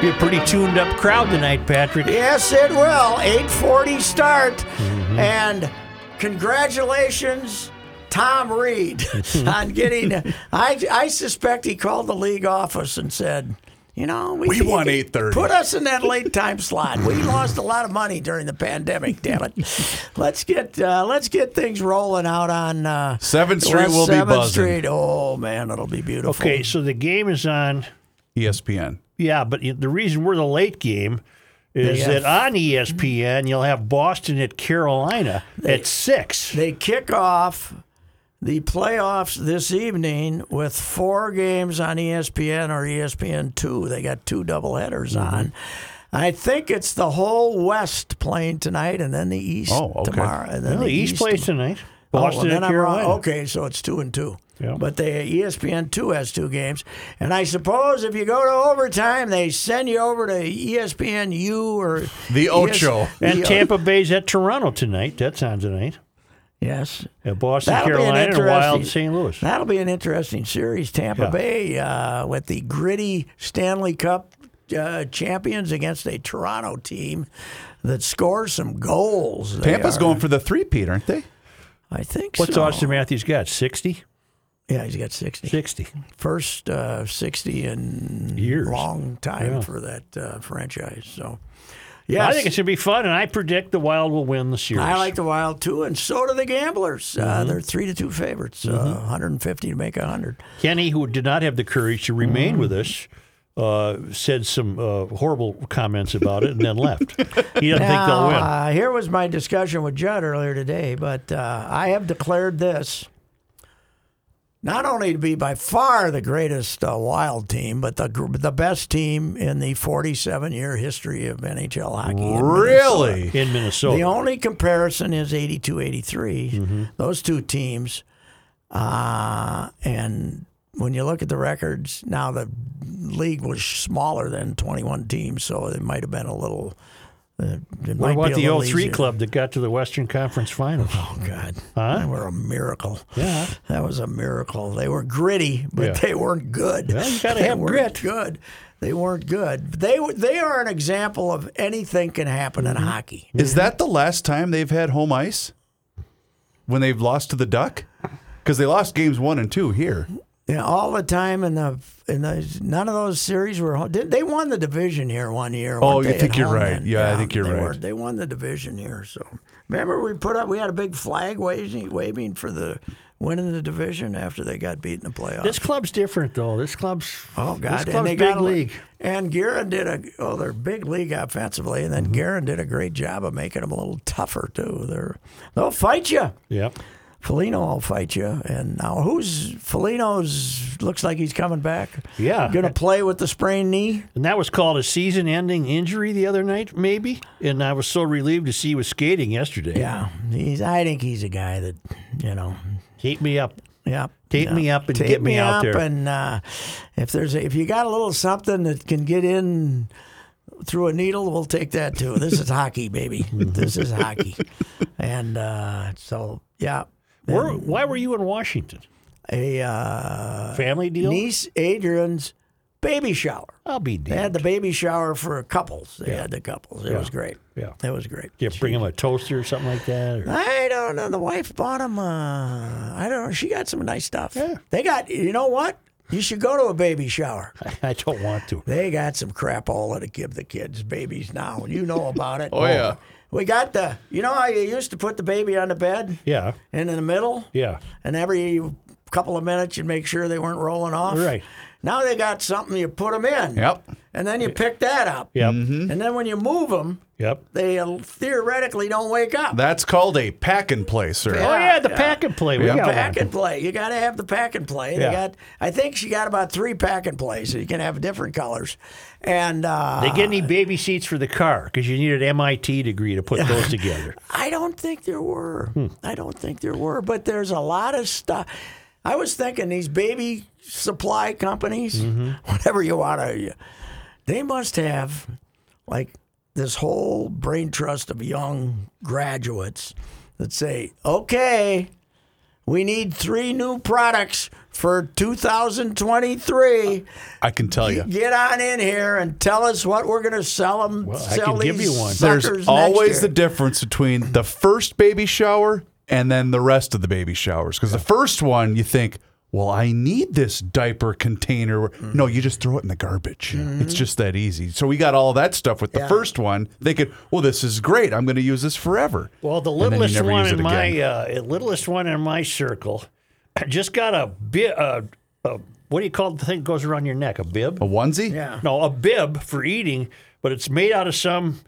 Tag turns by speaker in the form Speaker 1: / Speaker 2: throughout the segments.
Speaker 1: Be a pretty tuned up crowd tonight, Patrick.
Speaker 2: Yes, it will. 8:40 start,
Speaker 3: Mm-hmm.
Speaker 2: and congratulations, Tom Reed, on getting. I I suspect he called the league office and said, you know, we,
Speaker 3: We
Speaker 2: need
Speaker 3: want
Speaker 2: to
Speaker 3: 8:30.
Speaker 2: Put us in that late time slot. We lost a lot of money during the pandemic. Damn it. Let's get uh, let's get things rolling out on uh,
Speaker 3: Seventh Street
Speaker 2: West
Speaker 3: will be
Speaker 2: 7th
Speaker 3: buzzing.
Speaker 2: Street. Oh man, it'll be beautiful.
Speaker 1: Okay, so the game is on.
Speaker 3: E ESPN.
Speaker 1: Yeah, but the reason we're the late game is
Speaker 2: They have-
Speaker 1: that on E ESPN you'll have Boston at Carolina at six.
Speaker 2: They kick off the playoffs this evening with four games on E ESPN or ESPN two. They got two double headers
Speaker 1: Mm-hmm.
Speaker 2: on. I think it's the whole West playing tonight, and then the East
Speaker 3: Oh, okay.
Speaker 2: tomorrow. And then
Speaker 1: well,
Speaker 2: the
Speaker 1: the East, plays tonight. Boston
Speaker 2: oh, well, then
Speaker 1: at
Speaker 2: I'm wrong.
Speaker 1: Carolina.
Speaker 2: Okay, so it's two and two.
Speaker 1: Yeah.
Speaker 2: But E the ESPN two has two games, and I suppose if you go to overtime, they send you over to E ESPN U or E
Speaker 3: The Ocho.
Speaker 1: And
Speaker 2: the-
Speaker 1: Tampa Bay's at Toronto tonight. That's on tonight.
Speaker 2: Yes,
Speaker 1: At Boston,
Speaker 2: That'll be an
Speaker 1: Carolina, and
Speaker 2: interesting-
Speaker 1: Wild St. Louis.
Speaker 2: That'll be an interesting series. Tampa
Speaker 1: Yeah.
Speaker 2: Bay uh, with the gritty Stanley Cup uh, champions against a Toronto team that scores some goals. They
Speaker 3: Tampa's
Speaker 2: are-
Speaker 3: going for the three-peat, aren't they?
Speaker 2: I think
Speaker 1: What's
Speaker 2: so.
Speaker 1: Austin Matthews got? 60?
Speaker 2: Yeah, he's got 60.
Speaker 1: 60.
Speaker 2: First uh, 60 in
Speaker 1: Years.
Speaker 2: long time
Speaker 1: Yeah.
Speaker 2: for that uh, franchise. So, yes.
Speaker 1: I think it's going to be fun, and I predict the Wild will win the series. Mm-hmm.
Speaker 2: I like the Wild too, and so do the Gamblers. Uh, they're three to two favorites, uh, 150 to make 100.
Speaker 1: Kenny, who did not have the courage to remain with us, uh, said some uh, horrible comments about it and then left. He doesn't think they'll
Speaker 2: Now,
Speaker 1: win.
Speaker 2: Uh, here was my discussion with Judd earlier today, but uh, I have declared this not only to be by far the greatest uh, wild team, but the gr- the best team in the 47 year history of NHL hockey. in Minnesota.
Speaker 3: Really?
Speaker 1: in Minnesota.
Speaker 2: The only comparison is 82 83,
Speaker 1: Mm-hmm.
Speaker 2: those two teams. Uh, and when you look at the records, now the league was smaller than 21 teams, so it might have been a little. Uh,
Speaker 1: what
Speaker 2: it might be
Speaker 1: about
Speaker 2: a
Speaker 1: the
Speaker 2: little
Speaker 1: 03
Speaker 2: easier.
Speaker 1: club that got to the Western Conference Finals?
Speaker 2: Oh, God.
Speaker 1: Huh?
Speaker 2: They were a miracle.
Speaker 1: Yeah.
Speaker 2: That was a miracle. They were gritty, but
Speaker 1: Yeah.
Speaker 2: they weren't good.
Speaker 1: Well, you gotta
Speaker 2: They
Speaker 1: have
Speaker 2: weren't
Speaker 1: grit.
Speaker 2: Good. They weren't good. They were- they are an example of anything can happen
Speaker 1: Mm-hmm.
Speaker 2: in hockey.
Speaker 3: Is that the last time they've had home ice when they've lost to the Duck? Because they lost games one and two here.
Speaker 2: Yeah, all the time in the in the none of those series were home. Did, they won the division here one year.
Speaker 3: Oh,
Speaker 2: weren't
Speaker 3: you
Speaker 2: they,
Speaker 3: think
Speaker 2: at
Speaker 3: you're
Speaker 2: home
Speaker 3: right.
Speaker 2: then?
Speaker 3: Yeah, I think you're
Speaker 2: they
Speaker 3: right.
Speaker 2: were- they won the division here. So remember, we put up we had a big flag waving waving for the winning the division after they got beat in the playoffs.
Speaker 1: This club's different, though. This club's
Speaker 2: Oh God!
Speaker 1: this club's big
Speaker 2: got a-
Speaker 1: league.
Speaker 2: And Guerin did a oh they're big league offensively, and then
Speaker 3: Mm-hmm.
Speaker 2: Guerin did a great job of making them a little tougher too. They're they'll fight you.
Speaker 1: Yep.
Speaker 2: Felino will fight you. And now who's Felino's? Looks like he's coming back.
Speaker 1: Yeah.
Speaker 2: going to play with the sprained knee.
Speaker 1: And that was called a season-ending injury the other night, maybe. And I was so relieved to see he was skating yesterday.
Speaker 2: Yeah, he's. I think he's a guy that you know.
Speaker 1: Tape me up.
Speaker 2: Yeah.
Speaker 1: Tape
Speaker 2: yeah.
Speaker 1: me up and
Speaker 2: Tape
Speaker 1: get me,
Speaker 2: me
Speaker 1: out
Speaker 2: up
Speaker 1: there.
Speaker 2: And uh, if there's a, if you got a little something that can get in through a needle, we'll take that too. This is hockey, baby. This is hockey. And uh, so yeah,
Speaker 1: Where, why were you in Washington?
Speaker 2: a uh,
Speaker 1: Family deal?
Speaker 2: niece Adrian's baby shower.
Speaker 1: I'll be
Speaker 2: They had
Speaker 1: damned.
Speaker 2: the baby shower for couples. They had the couples. It was great.
Speaker 1: Yeah.
Speaker 2: It was great.
Speaker 1: Yeah, bring him a toaster or something like that. Or,
Speaker 2: I don't know. The wife bought them. Uh, I don't know. She got some nice stuff. They got. You know what? You should go to a baby shower.
Speaker 1: I don't want to.
Speaker 2: They got some crap all to give the kids babies now. You know about it.
Speaker 3: Oh, yeah.
Speaker 2: We got the. You know how you used to put the baby on the bed
Speaker 1: Yeah,
Speaker 2: and in the middle,
Speaker 1: yeah.
Speaker 2: and every couple of minutes you'd make sure they weren't rolling off.
Speaker 1: Right.
Speaker 2: Now they got something you put them in.
Speaker 3: Yep.
Speaker 2: And then you pick that up.
Speaker 1: Yep.
Speaker 2: And then when you move them,
Speaker 1: Yep.
Speaker 2: they uh, theoretically don't wake up.
Speaker 3: That's called a pack and play, sir.
Speaker 1: Oh yeah, the pack and play. We
Speaker 3: Yeah.
Speaker 1: got
Speaker 2: pack
Speaker 1: one.
Speaker 2: and play. You got to have the pack and play. They
Speaker 1: Yeah.
Speaker 2: got. I think she got about three pack and plays. You can have different colors, and uh,
Speaker 1: They get any baby seats for the car because you need an MIT degree to put those together.
Speaker 2: I don't think there were.
Speaker 1: Hmm.
Speaker 2: I don't think there were. But there's a lot of stuff. I was thinking these baby supply companies,
Speaker 1: Mm-hmm.
Speaker 2: whatever you want to, they must have like this whole brain trust of young graduates that say, okay, we need three new products for 2023.
Speaker 3: I can tell you.
Speaker 2: Get on in here and tell us what we're going to sell them.
Speaker 1: Well, I
Speaker 2: sell
Speaker 1: can give
Speaker 2: these
Speaker 1: you one.
Speaker 2: suckers
Speaker 3: There's
Speaker 2: next
Speaker 3: always
Speaker 2: year.
Speaker 3: the difference between the first baby shower and then the rest of the baby showers. Because the first one, you think, well, I need this diaper container. No, you just throw it in the garbage.
Speaker 2: Mm-hmm.
Speaker 3: It's just that easy. So we got all that stuff with the first one, thinking, well, this is great. I'm going to use this forever.
Speaker 1: Well, the
Speaker 3: And then you
Speaker 1: littlest
Speaker 3: never
Speaker 1: one
Speaker 3: use it
Speaker 1: in my
Speaker 3: again.
Speaker 1: uh, littlest one in my circle just got a bib. Uh, uh, what do you call the thing that goes around your neck? A bib?
Speaker 3: a onesie?
Speaker 2: Yeah.
Speaker 1: No, a bib for eating, but it's made out of some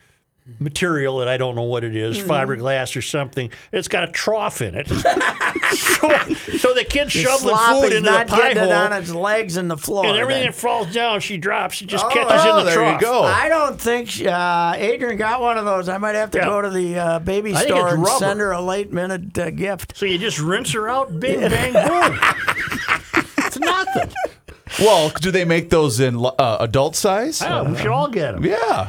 Speaker 1: material that I don't know what it is, fiberglass or something. It's got a trough in it. so, so the kid's shoveling
Speaker 2: Sloppy's
Speaker 1: food into the
Speaker 2: not
Speaker 1: pie
Speaker 2: getting it on
Speaker 1: hole,
Speaker 2: its legs and the floor.
Speaker 1: and everything
Speaker 2: then.
Speaker 1: that falls down, she drops. It just
Speaker 2: Oh,
Speaker 1: catches in
Speaker 3: oh,
Speaker 1: the
Speaker 3: there you
Speaker 1: trough.
Speaker 3: go.
Speaker 2: I don't think she- uh, Adrian got one of those. I might have to
Speaker 1: Yeah.
Speaker 2: go to the uh, baby
Speaker 1: I think
Speaker 2: store
Speaker 1: it's
Speaker 2: and
Speaker 1: rubber.
Speaker 2: send her a late minute uh, gift.
Speaker 1: So you just rinse her out, bing, bang, boom. it's nothing.
Speaker 3: Well, do they make those in uh, adult size?
Speaker 1: Yeah, we should all get them.
Speaker 3: Yeah.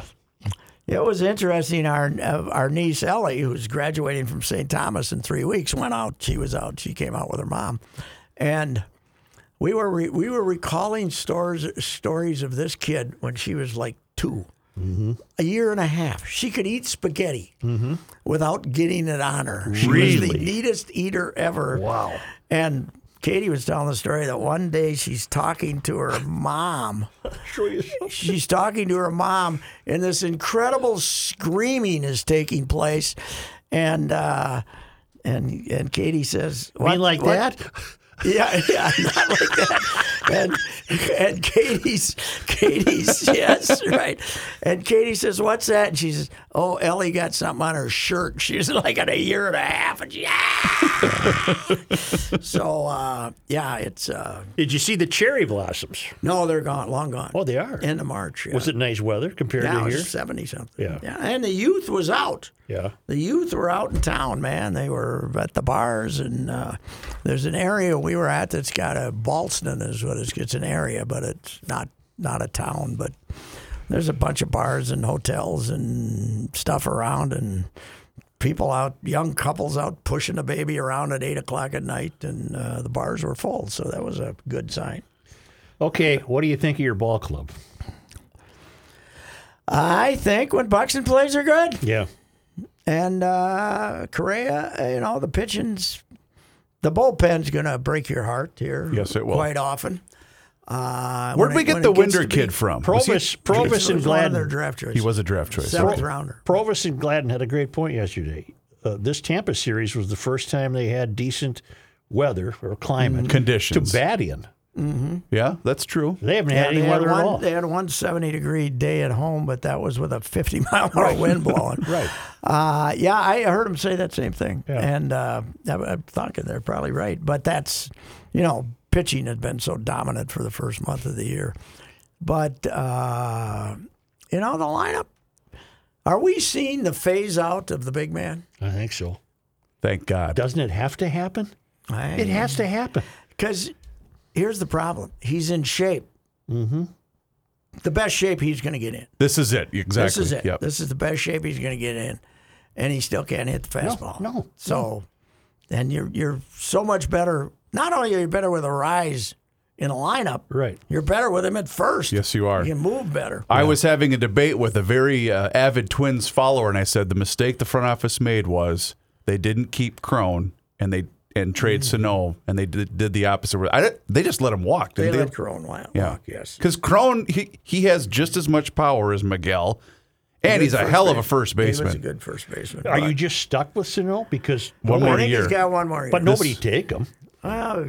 Speaker 2: It was interesting. Our uh, our niece Ellie, who's graduating from St. Thomas in three weeks, went out. She was out. She came out with her mom, and we were re- we were recalling stores stories of this kid when she was like 2
Speaker 1: Mm-hmm.
Speaker 2: a year and a half. She could eat spaghetti without getting it on her. She was the
Speaker 1: Really?
Speaker 2: neatest eater ever.
Speaker 1: Wow.
Speaker 2: And Katie was telling the story that one day she's talking to her mom. She's talking to her mom, and this incredible screaming is taking place. And uh, and and Katie says,
Speaker 1: I
Speaker 2: "What
Speaker 1: mean, like
Speaker 2: what?"
Speaker 1: that?
Speaker 2: Yeah, yeah, not like that. And and Katie's Katie's yes, right. And Katie says, "What's that?" And she says, "Oh, Ellie got something on her shirt. She's like at a year and a half." And she, "Ah!" so uh, yeah, it's uh,
Speaker 1: Did you see the cherry blossoms?
Speaker 2: no, they're gone, long gone.
Speaker 1: Oh, they are.
Speaker 2: end of March. Yeah.
Speaker 1: Was it nice weather compared
Speaker 2: Yeah,
Speaker 1: to
Speaker 2: it
Speaker 1: here?
Speaker 2: was seventy something.
Speaker 1: Yeah.
Speaker 2: yeah, and the youth was out.
Speaker 1: Yeah.
Speaker 2: The youth were out in town, man. They were at the bars, and uh, there's an area we were at that's got a Ballston is what it's, it's an area, but it's not not a town. But there's a bunch of bars and hotels and stuff around, and people out, young couples out pushing a baby around at eight o'clock at night, and uh, the bars were full, so that was a good sign.
Speaker 1: Okay, what do you think of your ball club?
Speaker 2: I think when Buxton plays are good.
Speaker 1: Yeah.
Speaker 2: And uh, Correa, you know, the pitching's, the bullpen's going to break your heart here.
Speaker 3: Yes, it will.
Speaker 2: Quite often. Uh,
Speaker 3: Where'd
Speaker 2: when
Speaker 3: we
Speaker 2: it-
Speaker 3: get
Speaker 2: when
Speaker 3: the
Speaker 2: it gets
Speaker 3: Winder
Speaker 2: to be-
Speaker 3: kid from? Was he-
Speaker 1: Provis, Provis
Speaker 2: He
Speaker 1: and
Speaker 2: was one of their
Speaker 1: Gladden.
Speaker 2: draft choice.
Speaker 3: He was a draft choice.
Speaker 2: seventh rounder.
Speaker 1: Provis and Gladden had a great point yesterday. Uh, this Tampa series was the first time they had decent weather or climate
Speaker 3: Mm. Conditions.
Speaker 1: to bat in.
Speaker 3: Yeah, that's true.
Speaker 1: They haven't
Speaker 2: Yeah,
Speaker 1: had
Speaker 2: they,
Speaker 1: any
Speaker 2: had
Speaker 1: weather at
Speaker 2: one,
Speaker 1: all.
Speaker 2: they had one 70 degree day at home, but that was with a 50 mile an hour wind blowing.
Speaker 1: Right.
Speaker 2: Uh, yeah, I heard him say that same thing.
Speaker 1: Yeah.
Speaker 2: And uh, I, I'm thinking they're probably right. But that's, you know, pitching had been so dominant for the first month of the year. But, uh, you know, the lineup, are we seeing the phase out of the big man?
Speaker 1: I think so.
Speaker 3: Thank God.
Speaker 1: Doesn't it have to happen? It has to happen.
Speaker 2: Because here's the problem he's in shape. Mm-hmm. The best shape he's going to get in.
Speaker 3: This is it. Exactly.
Speaker 2: This is it.
Speaker 3: Yep.
Speaker 2: This is the best shape he's going to get in, and he still can't hit the fastball.
Speaker 1: no,
Speaker 2: So, and you're you're so much better. Not only are you better with a rise in a lineup.
Speaker 1: Right.
Speaker 2: You're better with him at first.
Speaker 3: Yes, you are.
Speaker 2: You can move better.
Speaker 3: I was having a debate with a very uh, avid Twins follower, and I said the mistake the front office made was they didn't keep Crone and they and
Speaker 2: Mm.
Speaker 3: trade Sano, and they did, did the opposite. I, don't- they just let him walk.
Speaker 2: They
Speaker 3: Didn't
Speaker 2: let Crone walk.
Speaker 3: Yeah.
Speaker 2: Yes.
Speaker 3: Because Crone, he, he has just as much power as Miguel, and he's a hell of a first
Speaker 2: He was a
Speaker 3: baseman.
Speaker 2: good first baseman.
Speaker 1: Are you just stuck with Sano because
Speaker 3: One
Speaker 2: I
Speaker 3: more
Speaker 2: think
Speaker 3: year.
Speaker 2: he's got one more year.
Speaker 1: but nobody take him?
Speaker 2: Well,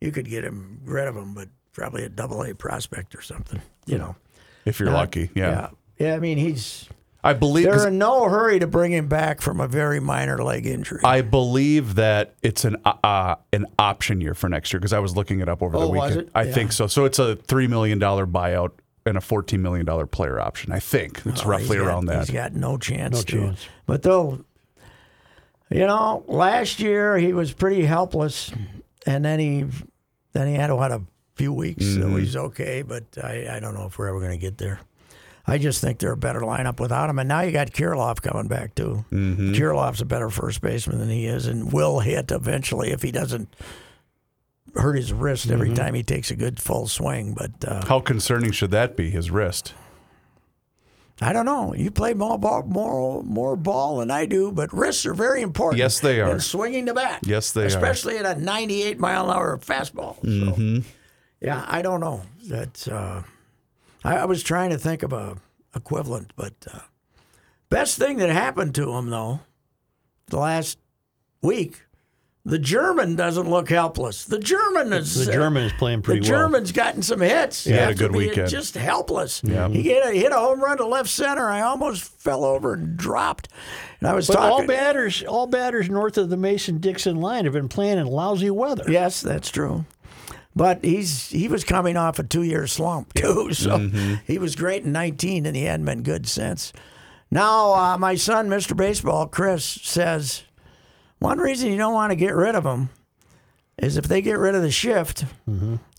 Speaker 2: you could get him rid of him, but probably a double A prospect or something. You know.
Speaker 3: If you're lucky, yeah.
Speaker 2: Yeah. Yeah. I mean, he's
Speaker 3: I believe. 'cause
Speaker 2: they're in no hurry to bring him back from a very minor leg injury.
Speaker 3: I believe that it's an uh, uh, an option year for next year because I was looking it up over the
Speaker 2: Oh, was
Speaker 3: weekend.
Speaker 2: it?
Speaker 3: I think so. So it's a three million dollar buyout and a fourteen million dollar player option. I think it's roughly
Speaker 2: Oh, He's got-
Speaker 3: around that.
Speaker 2: He's got no chance.
Speaker 1: No
Speaker 2: to.
Speaker 1: chance.
Speaker 2: But though, you know, last year he was pretty helpless, and then he then he had what a few weeks,
Speaker 3: Mm-hmm.
Speaker 2: so he's okay. But I, I don't know if we're ever going to get there. I just think they're a better lineup without him, and now you got Kirilov coming back too.
Speaker 3: Mm-hmm.
Speaker 2: Kirilov's a better first baseman than he is, and will hit eventually if he doesn't hurt his wrist every
Speaker 1: Mm-hmm.
Speaker 2: time he takes a good full swing. But uh,
Speaker 3: How concerning should that be? His wrist.
Speaker 2: I don't know. You play more ball, more, more ball than I do, but wrists are very important.
Speaker 3: Yes, they are.
Speaker 2: In swinging the bat.
Speaker 3: Yes, they are.
Speaker 2: especially at a 98 mile an hour fastball. So,
Speaker 3: Mm-hmm.
Speaker 2: yeah, I don't know. That's. Uh, I, I was trying to think of a equivalent, but uh, best thing that happened to him though, the last week, the German doesn't look helpless. The German is uh,
Speaker 1: The German is playing pretty
Speaker 2: the
Speaker 1: well.
Speaker 2: German's gotten some hits.
Speaker 3: had a
Speaker 2: after
Speaker 3: good
Speaker 2: being
Speaker 3: weekend.
Speaker 2: Just helpless. He hit a, hit a home run to left center. I almost fell over and dropped. And I was
Speaker 1: But all
Speaker 2: talking.
Speaker 1: batters, all batters north of the Mason-Dixon line have been playing in lousy weather.
Speaker 2: Yes, that's true. But he's he was coming off a two year slump too, so
Speaker 3: Mm-hmm.
Speaker 2: he was great in nineteen, and he hadn't been good since. Now uh, my son, Mr. Baseball, Chris says one reason you don't want to get rid of him is if they get rid of the shift,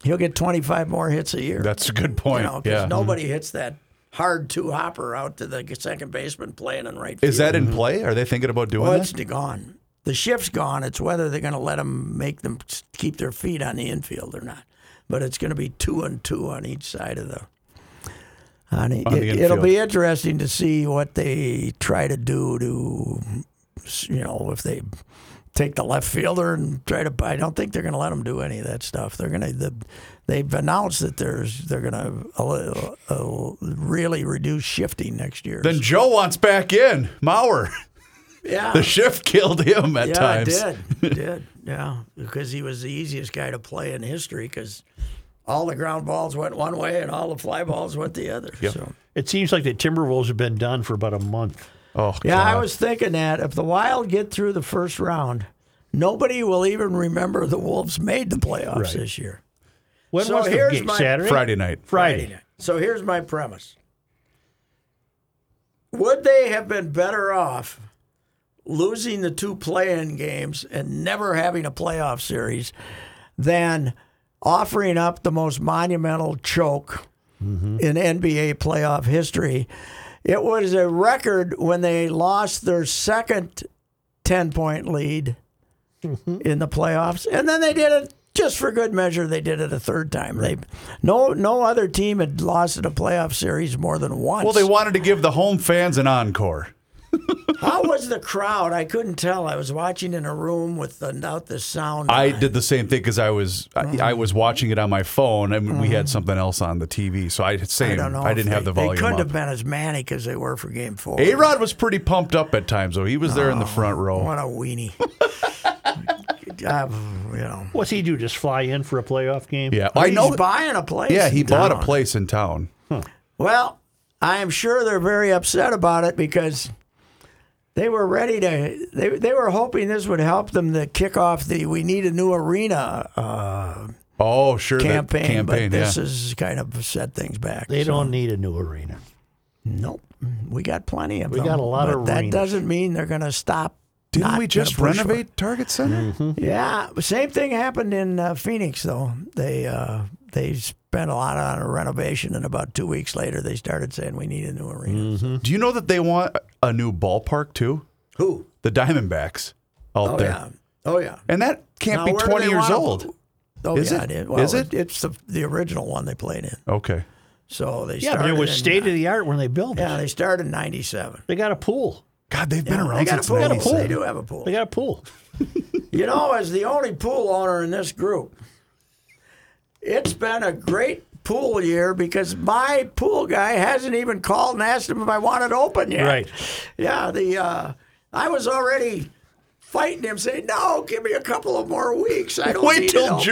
Speaker 2: he'll get twenty five more hits a year.
Speaker 3: Mm-hmm. That's a good point.
Speaker 2: You know, 'cause
Speaker 3: yeah.
Speaker 2: nobody hits that hard two hopper out to the second baseman playing in right field.
Speaker 3: Is that in play? Are they thinking about doing
Speaker 2: Mm-hmm. well,
Speaker 3: that?
Speaker 2: it's gone. The shift's gone. It's whether they're going to let them make them s- keep their feet on the infield or not. But it's going to be two and two on each side of the. On e-
Speaker 3: On the
Speaker 2: it, will
Speaker 3: infield.
Speaker 2: be interesting to see what they try to do to, s- you know, if they take the left fielder and try to. I don't think they're going to let them do any of that stuff. They're going to. The, they've announced that there's they're going to uh, really reduce shifting next year.
Speaker 3: Then Joe wants back in. Mauer.
Speaker 2: yeah,
Speaker 3: The shift killed him at
Speaker 2: yeah,
Speaker 3: times.
Speaker 2: it did. It did. Yeah, because he was the easiest guy to play in history because all the ground balls went one way and all the fly balls went the other. So.
Speaker 1: It seems like the Timberwolves have been done for about a month.
Speaker 3: Oh,
Speaker 2: Yeah, I
Speaker 3: God.
Speaker 2: was thinking that if the Wild get through the first round, nobody will even remember the Wolves made the playoffs this year.
Speaker 1: When
Speaker 2: So
Speaker 1: was the
Speaker 2: here's
Speaker 1: game?
Speaker 2: my-
Speaker 1: Saturday?
Speaker 3: Friday night.
Speaker 1: Friday.
Speaker 2: So here's my premise. Would they have been better off losing the two play-in games and never having a playoff series than offering up the most monumental choke in NBA playoff history? It was a record when they lost their second 10-point lead
Speaker 3: Mm-hmm.
Speaker 2: in the playoffs, and then they did it just for good measure. They did it a third time. They no no other team had lost in a playoff series more than once.
Speaker 3: Well, they wanted to give the home fans an encore.
Speaker 2: how was the crowd? I couldn't tell. I was watching in a room with the, without the sound.
Speaker 3: I
Speaker 2: on.
Speaker 3: did the same thing because I was
Speaker 2: Mm-hmm.
Speaker 3: I, I was watching it on my phone and we had something else on the TV, so I same I,
Speaker 2: I don't know. if
Speaker 3: didn't have
Speaker 2: they-
Speaker 3: the volume
Speaker 2: They couldn't
Speaker 3: up.
Speaker 2: have been as manic as they were for Game Four.
Speaker 3: A Rod was pretty pumped up at times, though. He was there in the front row.
Speaker 2: What a weenie. Uh, you know.
Speaker 1: What's he do? Just fly in for a playoff game?
Speaker 3: Yeah, I
Speaker 2: He's
Speaker 3: know.
Speaker 2: buying a place.
Speaker 3: Yeah, he
Speaker 2: in
Speaker 3: bought a
Speaker 2: town.
Speaker 3: place in town.
Speaker 2: Well, I am sure they're very upset about it because they were ready to. They they were hoping this would help them to kick off the "We need a new arena" uh,
Speaker 3: Oh, sure, that
Speaker 2: campaign,
Speaker 3: campaign.
Speaker 2: but
Speaker 3: Yeah,
Speaker 2: this has kind of set things back.
Speaker 1: They don't need a new arena.
Speaker 2: Nope, we got plenty of
Speaker 1: We
Speaker 2: them.
Speaker 1: got a lot
Speaker 2: but
Speaker 1: of
Speaker 2: That
Speaker 1: arenas.
Speaker 2: doesn't mean they're going to stop.
Speaker 3: didn't
Speaker 2: not
Speaker 3: we just
Speaker 2: gonna push for it.
Speaker 3: renovate Target Center?
Speaker 2: Mm-hmm.
Speaker 1: Mm-hmm.
Speaker 2: Yeah, same thing happened in uh, Phoenix though. They uh, they spent a lot on a renovation, and about two weeks later, they started saying we need a new arena.
Speaker 3: Do you know that they want a new ballpark too?
Speaker 2: Who?
Speaker 3: The Diamondbacks out
Speaker 2: Oh
Speaker 3: there,
Speaker 2: yeah. Oh yeah.
Speaker 3: and that can't
Speaker 2: Now,
Speaker 3: be
Speaker 2: where do
Speaker 3: twenty
Speaker 2: they
Speaker 3: years
Speaker 2: wanna-
Speaker 3: old.
Speaker 2: Oh,
Speaker 3: Is
Speaker 2: yeah,
Speaker 3: it?
Speaker 2: is. Well,
Speaker 3: Is it?
Speaker 2: It's the, the original one they played in.
Speaker 3: Okay.
Speaker 2: So they
Speaker 1: Yeah, but
Speaker 2: started
Speaker 1: it was
Speaker 2: in,
Speaker 1: state of the art when they built
Speaker 2: Yeah,
Speaker 1: it.
Speaker 2: they started in '97.
Speaker 1: They got a pool.
Speaker 3: God, they've been around
Speaker 2: They got a
Speaker 3: since
Speaker 2: pool. They
Speaker 3: 97.
Speaker 2: do have a pool.
Speaker 1: They got a pool.
Speaker 2: You know, as the only pool owner in this group, it's been a great pool year because my pool guy hasn't even called and asked him if I want it open yet.
Speaker 1: Right.
Speaker 2: Yeah, the uh, I was already fighting him saying, No, give me a couple of more weeks. I don't
Speaker 3: Wait
Speaker 2: need
Speaker 3: till
Speaker 2: it open."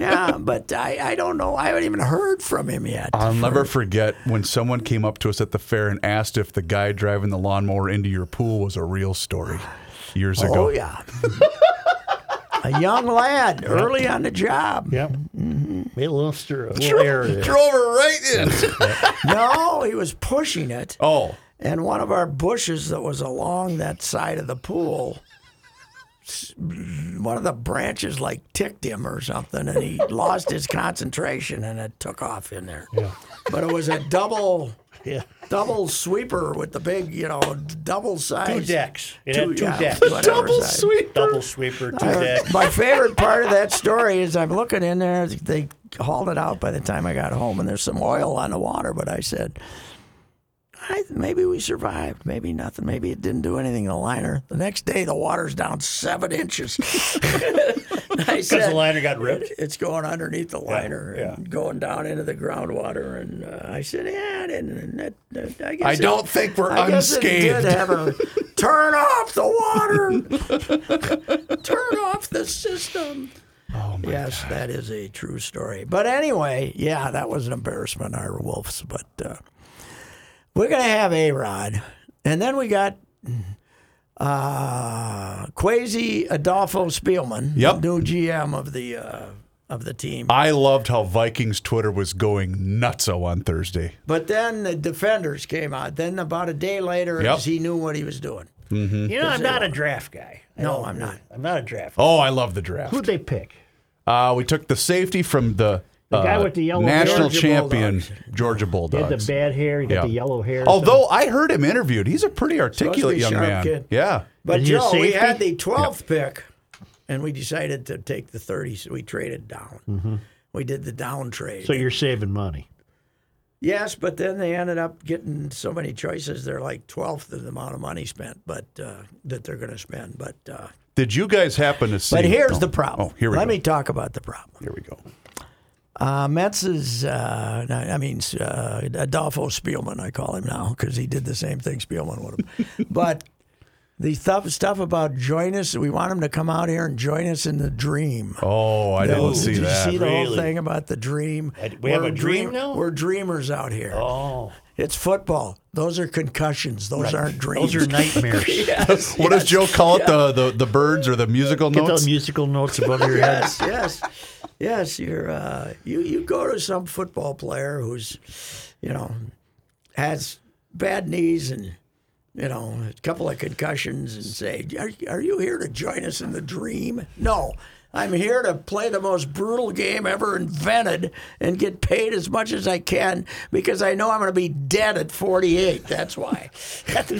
Speaker 2: yeah, but I, I don't know. I haven't even heard from him yet.
Speaker 3: I'll never forget when someone came up to us at the fair and asked if the guy driving the lawnmower into your pool was a real story years ago.
Speaker 2: oh yeah. a young lad early on the job.
Speaker 1: Yep. Made a little stir, a little air there.
Speaker 3: Drove her right in.
Speaker 2: No, he was pushing it.
Speaker 3: oh,
Speaker 2: and one of our bushes that was along that side of the pool s- one of the branches like ticked him or something and he lost his concentration and it took off in there but it was a double
Speaker 1: Yeah.
Speaker 2: double sweeper with the big you know double
Speaker 1: Two
Speaker 2: size
Speaker 1: decks. It had two
Speaker 2: yeah,
Speaker 1: decks.
Speaker 2: whatever size.
Speaker 1: Double sweeper, two decks.
Speaker 2: my favorite part of that story is I'm looking in there. They hauled it out by the time I got home, and there's some oil on the water. But I said, I, maybe we survived. Maybe nothing. Maybe it didn't do anything to the liner. The next day, the water's down seven inches. I
Speaker 1: Because
Speaker 2: said,
Speaker 1: the liner got ripped.
Speaker 2: it's going underneath the liner
Speaker 1: yeah.
Speaker 2: and going down into the groundwater. And uh, I said, yeah, I didn't. That, that- I, guess
Speaker 3: I
Speaker 2: it-
Speaker 3: don't think we're
Speaker 2: I guess it
Speaker 3: unscathed.
Speaker 2: did have a turn off the water, turn off the system. Oh my yes, that is a true story. But anyway, yeah, that was an embarrassment, our Wolves. But uh, we're gonna have a Rod, and then we got uh, Quasi Adolfo Spielman,
Speaker 3: Yep.
Speaker 2: new GM of the uh, of the team.
Speaker 3: I loved how Vikings Twitter was going nutso on Thursday.
Speaker 2: But then the defenders came out. Then about a day later,
Speaker 3: Yep.
Speaker 2: he knew what he was doing.
Speaker 1: You know, I'm not a draft guy. I
Speaker 2: No,
Speaker 1: don't-
Speaker 2: I'm not.
Speaker 1: I'm not a draft guy.
Speaker 3: Oh, I love the draft.
Speaker 1: Who'd they pick?
Speaker 3: Uh, we took the safety from the,
Speaker 1: The guy
Speaker 3: uh,
Speaker 1: with the yellow
Speaker 3: national
Speaker 2: Georgia
Speaker 3: champion
Speaker 2: Bulldogs.
Speaker 3: Georgia
Speaker 1: He had the
Speaker 3: Bulldogs.
Speaker 1: bad hair. He got
Speaker 3: Yeah.
Speaker 1: the yellow hair.
Speaker 3: Although I heard him interviewed, he's a pretty articulate
Speaker 2: be
Speaker 3: young
Speaker 2: sharp
Speaker 3: man.
Speaker 2: kid.
Speaker 3: Yeah.
Speaker 2: But
Speaker 1: And your
Speaker 2: Joe, we
Speaker 1: safety?
Speaker 2: had the 12th pick, and we decided to take the 30, so we traded down.
Speaker 3: Mm-hmm.
Speaker 2: We did the down trade.
Speaker 1: so you're saving money.
Speaker 2: yes, but then they ended up getting so many choices. They're like 12th of the amount of money spent, but uh, that they're going to spend. But uh,
Speaker 3: Did you guys happen to see?
Speaker 2: but here's
Speaker 3: Oh,
Speaker 2: the problem.
Speaker 3: Oh, here we
Speaker 2: Let
Speaker 3: go.
Speaker 2: me talk about the problem.
Speaker 3: here we go.
Speaker 2: Uh, Metz is, uh, no, I mean, uh, Adolfo Spielman, I call him now, because he did the same thing Spielman would have. but the stuff, stuff about join us, we want him to come out here and join us in the dream.
Speaker 3: Oh, I didn't
Speaker 2: Did
Speaker 3: see
Speaker 2: you
Speaker 3: that.
Speaker 2: see the whole
Speaker 1: Really?
Speaker 2: thing about the dream?
Speaker 1: I- we have a dream now?
Speaker 2: We're dreamers out here.
Speaker 1: Oh,
Speaker 2: It's football. Those are concussions. Those aren't dreams.
Speaker 1: those are nightmares.
Speaker 2: yes,
Speaker 3: What does Joe call it? The, the the birds or the musical
Speaker 1: Get
Speaker 3: notes?
Speaker 1: those musical notes above your head.
Speaker 2: yes, yes, yes. You're uh, you you go to some football player who's, you know, has bad knees and you know a couple of concussions and say, are, are you here to join us in the dream? No. I'm here to play the most brutal game ever invented and get paid as much as I can because I know I'm going to be dead at 48. That's why.
Speaker 1: That's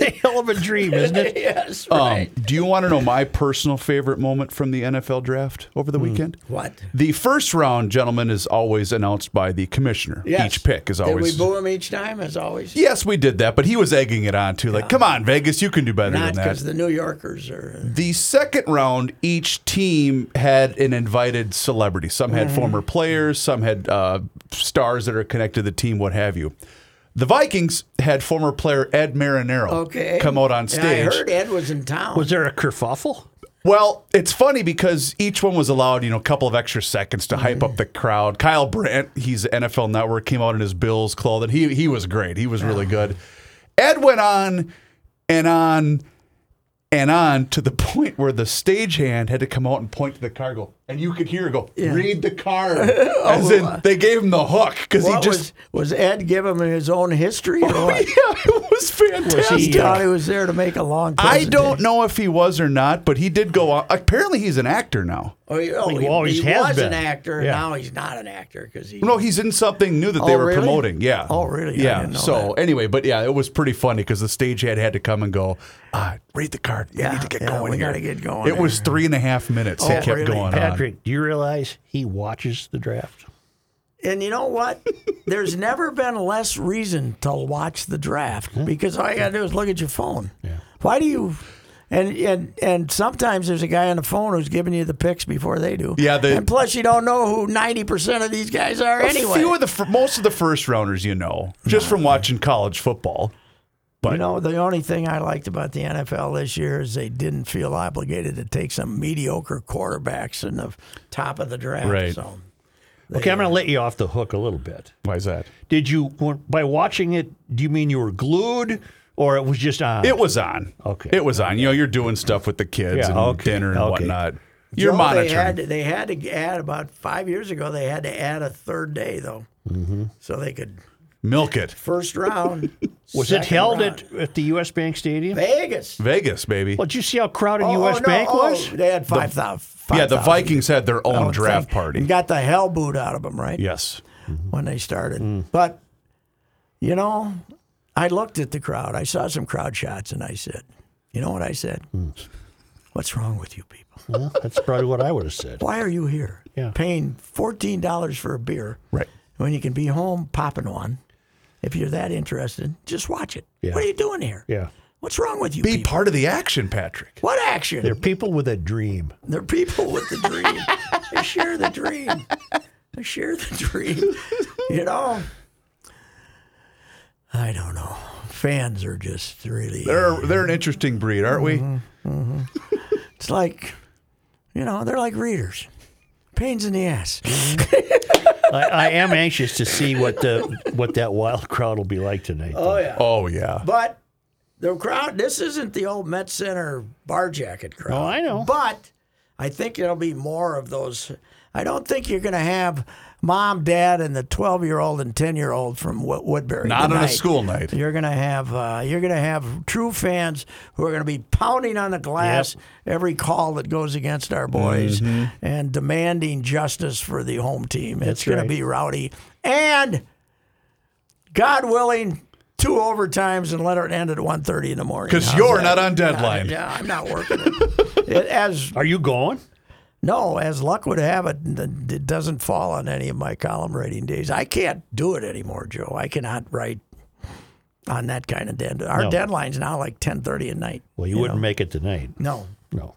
Speaker 1: a hell of a dream, isn't it?
Speaker 2: yes,
Speaker 3: Um,
Speaker 2: right.
Speaker 3: do you want to know my personal favorite moment from the NFL draft over
Speaker 2: Hmm.
Speaker 3: the weekend?
Speaker 2: What?
Speaker 3: The first round, gentlemen, is always announced by the commissioner.
Speaker 2: Yes.
Speaker 3: Each pick is always.
Speaker 2: Did we boo him each time, as always?
Speaker 3: yes, we did that, but he was egging it on too. Like, come on, Vegas, you can do better
Speaker 2: Not
Speaker 3: than that.
Speaker 2: because the New Yorkers are.
Speaker 3: The second round, each team had an invited celebrity. Some had former players, some had uh, stars that are connected to the team, what have you. The Vikings had former player Ed Marinero
Speaker 2: Okay.
Speaker 3: come out on
Speaker 2: uh, And I
Speaker 3: stage.
Speaker 2: heard Ed was in town.
Speaker 1: Was there a kerfuffle?
Speaker 3: Well, it's funny because each one was allowed, you know, a couple of extra seconds to hype
Speaker 2: Mm.
Speaker 3: up the crowd. Kyle Brandt, he's NFL Network, came out in his Bills clothing. He he was great. He was really good. Ed went on and on and on to the point where the stagehand had to come out and point to the card, go, and you could hear her go, "Read the card," as in they gave him the hook because he
Speaker 2: Oh, What
Speaker 3: just. Oh,
Speaker 2: was, was Ed give him his own history? Or
Speaker 3: yeah,
Speaker 2: what?
Speaker 3: it was fantastic.
Speaker 2: he thought he was there to make a long.
Speaker 3: I don't
Speaker 2: presentation.
Speaker 3: know if he was or not, but he did go on. Apparently, he's an actor now.
Speaker 2: Oh, he, oh,
Speaker 1: Well, he
Speaker 2: he,
Speaker 1: always
Speaker 2: he
Speaker 1: has
Speaker 2: was
Speaker 1: been.
Speaker 2: an actor. and
Speaker 1: Yeah.
Speaker 2: Now he's not an actor because he.
Speaker 3: No, he's in something new that they
Speaker 2: Oh,
Speaker 3: were
Speaker 2: really?
Speaker 3: promoting. Yeah.
Speaker 2: Oh, really? I
Speaker 3: Yeah.
Speaker 2: didn't know
Speaker 3: so anyway, but yeah, it was pretty funny because the stagehand had to come and go. Ah, read the card. We
Speaker 2: Yeah,
Speaker 3: need to get
Speaker 2: yeah,
Speaker 3: going
Speaker 2: we
Speaker 3: here.
Speaker 2: gotta get going
Speaker 3: It was
Speaker 2: here. Oh,
Speaker 3: three and a half minutes. he kept
Speaker 2: really?
Speaker 3: going
Speaker 1: Pat Patrick, do you realize he watches the draft?
Speaker 2: And you know what? There's never been less reason to watch the
Speaker 3: Hmm.
Speaker 2: draft because all you got to do is look at your phone. Why do you? And, and and sometimes there's a guy on the phone who's giving you the picks before they do.
Speaker 3: Yeah, they-
Speaker 2: and plus you don't know who ninety percent of these guys are
Speaker 3: A
Speaker 2: anyway.
Speaker 3: few of the fir- most of the first rounders, you know, just from watching college football.
Speaker 2: You know, the only thing I liked about the NFL this year is they didn't feel obligated to take some mediocre quarterbacks in the top of the draft.
Speaker 3: Right.
Speaker 2: So
Speaker 1: Okay, I'm going to let you off the hook a little bit.
Speaker 3: Why is that?
Speaker 1: Did you by watching it? Do you mean you were glued, or it was just uh, on?
Speaker 3: It was on.
Speaker 1: Okay.
Speaker 3: It was on. You know, you're doing stuff with the kids
Speaker 1: Yeah,
Speaker 3: and
Speaker 1: okay,
Speaker 3: dinner and
Speaker 1: okay.
Speaker 3: whatnot. You're
Speaker 2: Joe,
Speaker 3: monitoring.
Speaker 2: They had, to, they had to add about five years ago. They had to add a third day though, so they could
Speaker 3: Milk it.
Speaker 2: first round.
Speaker 1: was it
Speaker 2: second
Speaker 1: held
Speaker 2: round.
Speaker 1: at, at the U.S. Bank Stadium?
Speaker 2: Vegas?
Speaker 3: Vegas, baby.
Speaker 1: Well, did you see how crowded
Speaker 2: Oh,
Speaker 1: U.S.
Speaker 2: oh, no,
Speaker 1: Bank
Speaker 2: oh,
Speaker 1: was?
Speaker 2: They had five thousand. Oh,
Speaker 3: yeah, the Vikings had their own draft party.
Speaker 2: Got the hell boot out of them, right?
Speaker 3: Yes.
Speaker 2: when they started. But you know, I looked at the crowd. I saw some crowd shots, and I said, "You know what I said? What's wrong with you people?
Speaker 1: Well, that's probably what I would have said.
Speaker 2: Why are you here?
Speaker 1: Yeah.
Speaker 2: Paying fourteen dollars for a beer,
Speaker 3: Right.
Speaker 2: When you can be home popping one. If you're that interested, just watch it.
Speaker 1: Yeah.
Speaker 2: What are you doing here?
Speaker 1: Yeah,
Speaker 2: What's wrong with you
Speaker 3: Be
Speaker 2: people?
Speaker 3: part of the action, Patrick.
Speaker 2: What action?
Speaker 1: they're
Speaker 2: They're,
Speaker 1: people with a dream.
Speaker 2: people with the dream. they share the dream. They share the dream. You know. I don't know. Fans are just really.
Speaker 3: They're they're an interesting breed, aren't we?
Speaker 2: It's like, you know, they're like readers. Pains in the ass.
Speaker 1: I, I am anxious to see what the what that wild crowd will be like tonight. though.
Speaker 2: yeah.
Speaker 3: Oh yeah.
Speaker 2: But the crowd, this isn't the old Met Center bar jacket crowd.
Speaker 1: Oh, I know.
Speaker 2: But I think there'll be more of those. I don't think you're going to have mom, dad, and the 12 year old and 10 year old from Wo- Woodbury.
Speaker 3: Not on a
Speaker 2: tonight.
Speaker 3: school night.
Speaker 2: You're gonna have uh, you're gonna have true fans who are gonna be pounding on the glass every call that goes against our boys
Speaker 3: Mm-hmm.
Speaker 2: and demanding justice for the home team. it's gonna
Speaker 1: right.
Speaker 2: be rowdy and God willing, two overtimes and let it end at 1.30 in the morning.
Speaker 3: Because
Speaker 2: How's
Speaker 3: you're
Speaker 2: that?
Speaker 3: not on deadline.
Speaker 2: Yeah, I'm not working it. It- as
Speaker 1: Are you going?
Speaker 2: no, as luck would have it, it doesn't fall on any of my column writing days. I can't do it anymore, Joe. I cannot write on that kind of deadline. Our
Speaker 1: No.
Speaker 2: deadline's now like ten thirty at night.
Speaker 1: Well, you, wouldn't make it tonight.
Speaker 2: No,
Speaker 1: No.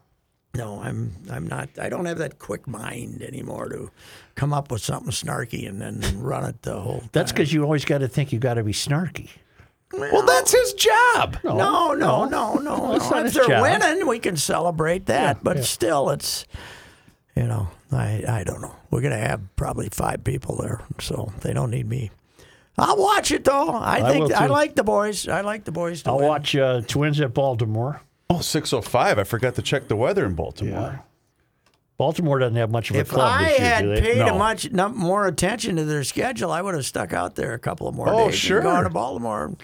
Speaker 2: no, I'm I'm not. I don't have that quick mind anymore to come up with something snarky and then run it the whole.
Speaker 1: That's because you always got to think you got to be snarky.
Speaker 3: Well, that's his job.
Speaker 2: No, no, no, no.
Speaker 1: That's
Speaker 2: no.
Speaker 1: not
Speaker 2: If
Speaker 1: his
Speaker 2: they're
Speaker 1: job.
Speaker 2: winning, we can celebrate that. but still, it's you know, I I don't know. We're gonna have probably five people there, so they don't need me. I'll watch it though. I
Speaker 1: I
Speaker 2: think
Speaker 1: will,
Speaker 2: I,
Speaker 1: too.
Speaker 2: like the boys. I like the boys. To
Speaker 1: I'll
Speaker 2: win.
Speaker 1: watch uh, Twins at Baltimore.
Speaker 3: Oh, 605. I forgot to check the weather in Baltimore.
Speaker 1: Baltimore doesn't have much of a
Speaker 2: If
Speaker 1: club
Speaker 2: I
Speaker 1: this year,
Speaker 2: had
Speaker 1: do they?
Speaker 2: paid
Speaker 3: No.
Speaker 2: a much no, more attention to their schedule, I would have stuck out there a couple of more
Speaker 3: Oh,
Speaker 2: days. and
Speaker 3: sure.
Speaker 2: Gone to Baltimore,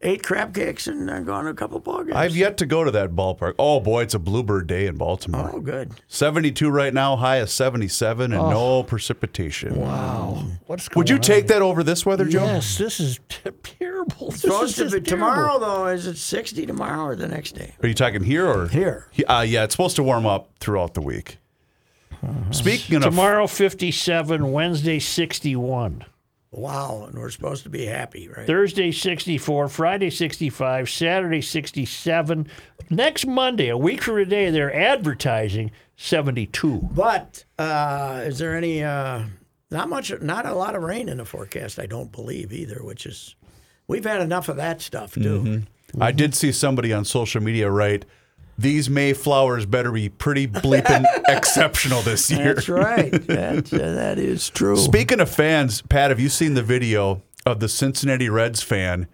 Speaker 2: ate crab cakes, and uh, gone to a couple ball games.
Speaker 3: I've yet to go to that ballpark. Oh boy, it's a bluebird day in Baltimore.
Speaker 2: oh, good.
Speaker 3: 72 right now, high of 77, and no precipitation.
Speaker 1: Wow. What's going
Speaker 3: Would you
Speaker 1: on?
Speaker 3: take that over this weather, Joe?
Speaker 1: Yes, this is terrible. This
Speaker 2: Supposed
Speaker 1: is
Speaker 2: to
Speaker 1: just
Speaker 2: be
Speaker 1: terrible.
Speaker 2: tomorrow though. Is it sixty tomorrow or the next day?
Speaker 3: Are you talking here or
Speaker 2: Here.
Speaker 3: He- Uh, yeah, it's supposed to warm up throughout the week. Uh-huh. Speaking of
Speaker 1: Tomorrow 57, Wednesday 61,
Speaker 2: Wow, and we're supposed to be happy, right?
Speaker 1: Thursday 64, Friday 65, Saturday 67. Next Monday, a week from today, they're advertising 72.
Speaker 2: but uh, is there any? Uh, not much. Not a lot of rain in the forecast. I don't believe either. Which is, we've had enough of that stuff too.
Speaker 1: Mm-hmm.
Speaker 3: I did see somebody on social media write, these May flowers better be pretty bleeping exceptional this year.
Speaker 2: That's right. That's, uh, that is true.
Speaker 3: Speaking of fans, Pat, have you seen the video of the Cincinnati Reds fan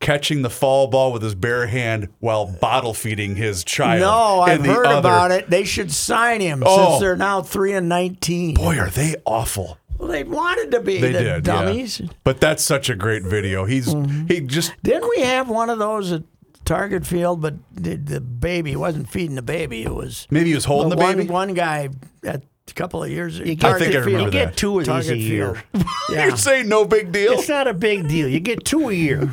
Speaker 3: catching the fall ball with his bare hand while bottle feeding his child?
Speaker 2: no,
Speaker 3: in
Speaker 2: I've
Speaker 3: the
Speaker 2: heard
Speaker 3: other-
Speaker 2: about it. They should sign him
Speaker 3: Oh.
Speaker 2: since they're now three and nineteen.
Speaker 3: Boy, are they awful.
Speaker 2: Well, they wanted to be
Speaker 3: They
Speaker 2: the
Speaker 3: did. yeah.
Speaker 2: dummies.
Speaker 3: But that's such a great video. He's
Speaker 2: Mm-hmm.
Speaker 3: he just
Speaker 2: Didn't we have one of those at Target Field? But the, the baby wasn't feeding the baby. It was
Speaker 3: maybe he was holding
Speaker 2: Well,
Speaker 3: the
Speaker 2: one,
Speaker 3: baby.
Speaker 2: One guy at a couple of years ago.
Speaker 3: I think I remember
Speaker 1: you
Speaker 3: that.
Speaker 1: get two of these a
Speaker 2: Target
Speaker 1: year.
Speaker 2: Field.
Speaker 3: You're
Speaker 2: Yeah.
Speaker 3: saying no big deal.
Speaker 1: It's not a big deal. You get two a year.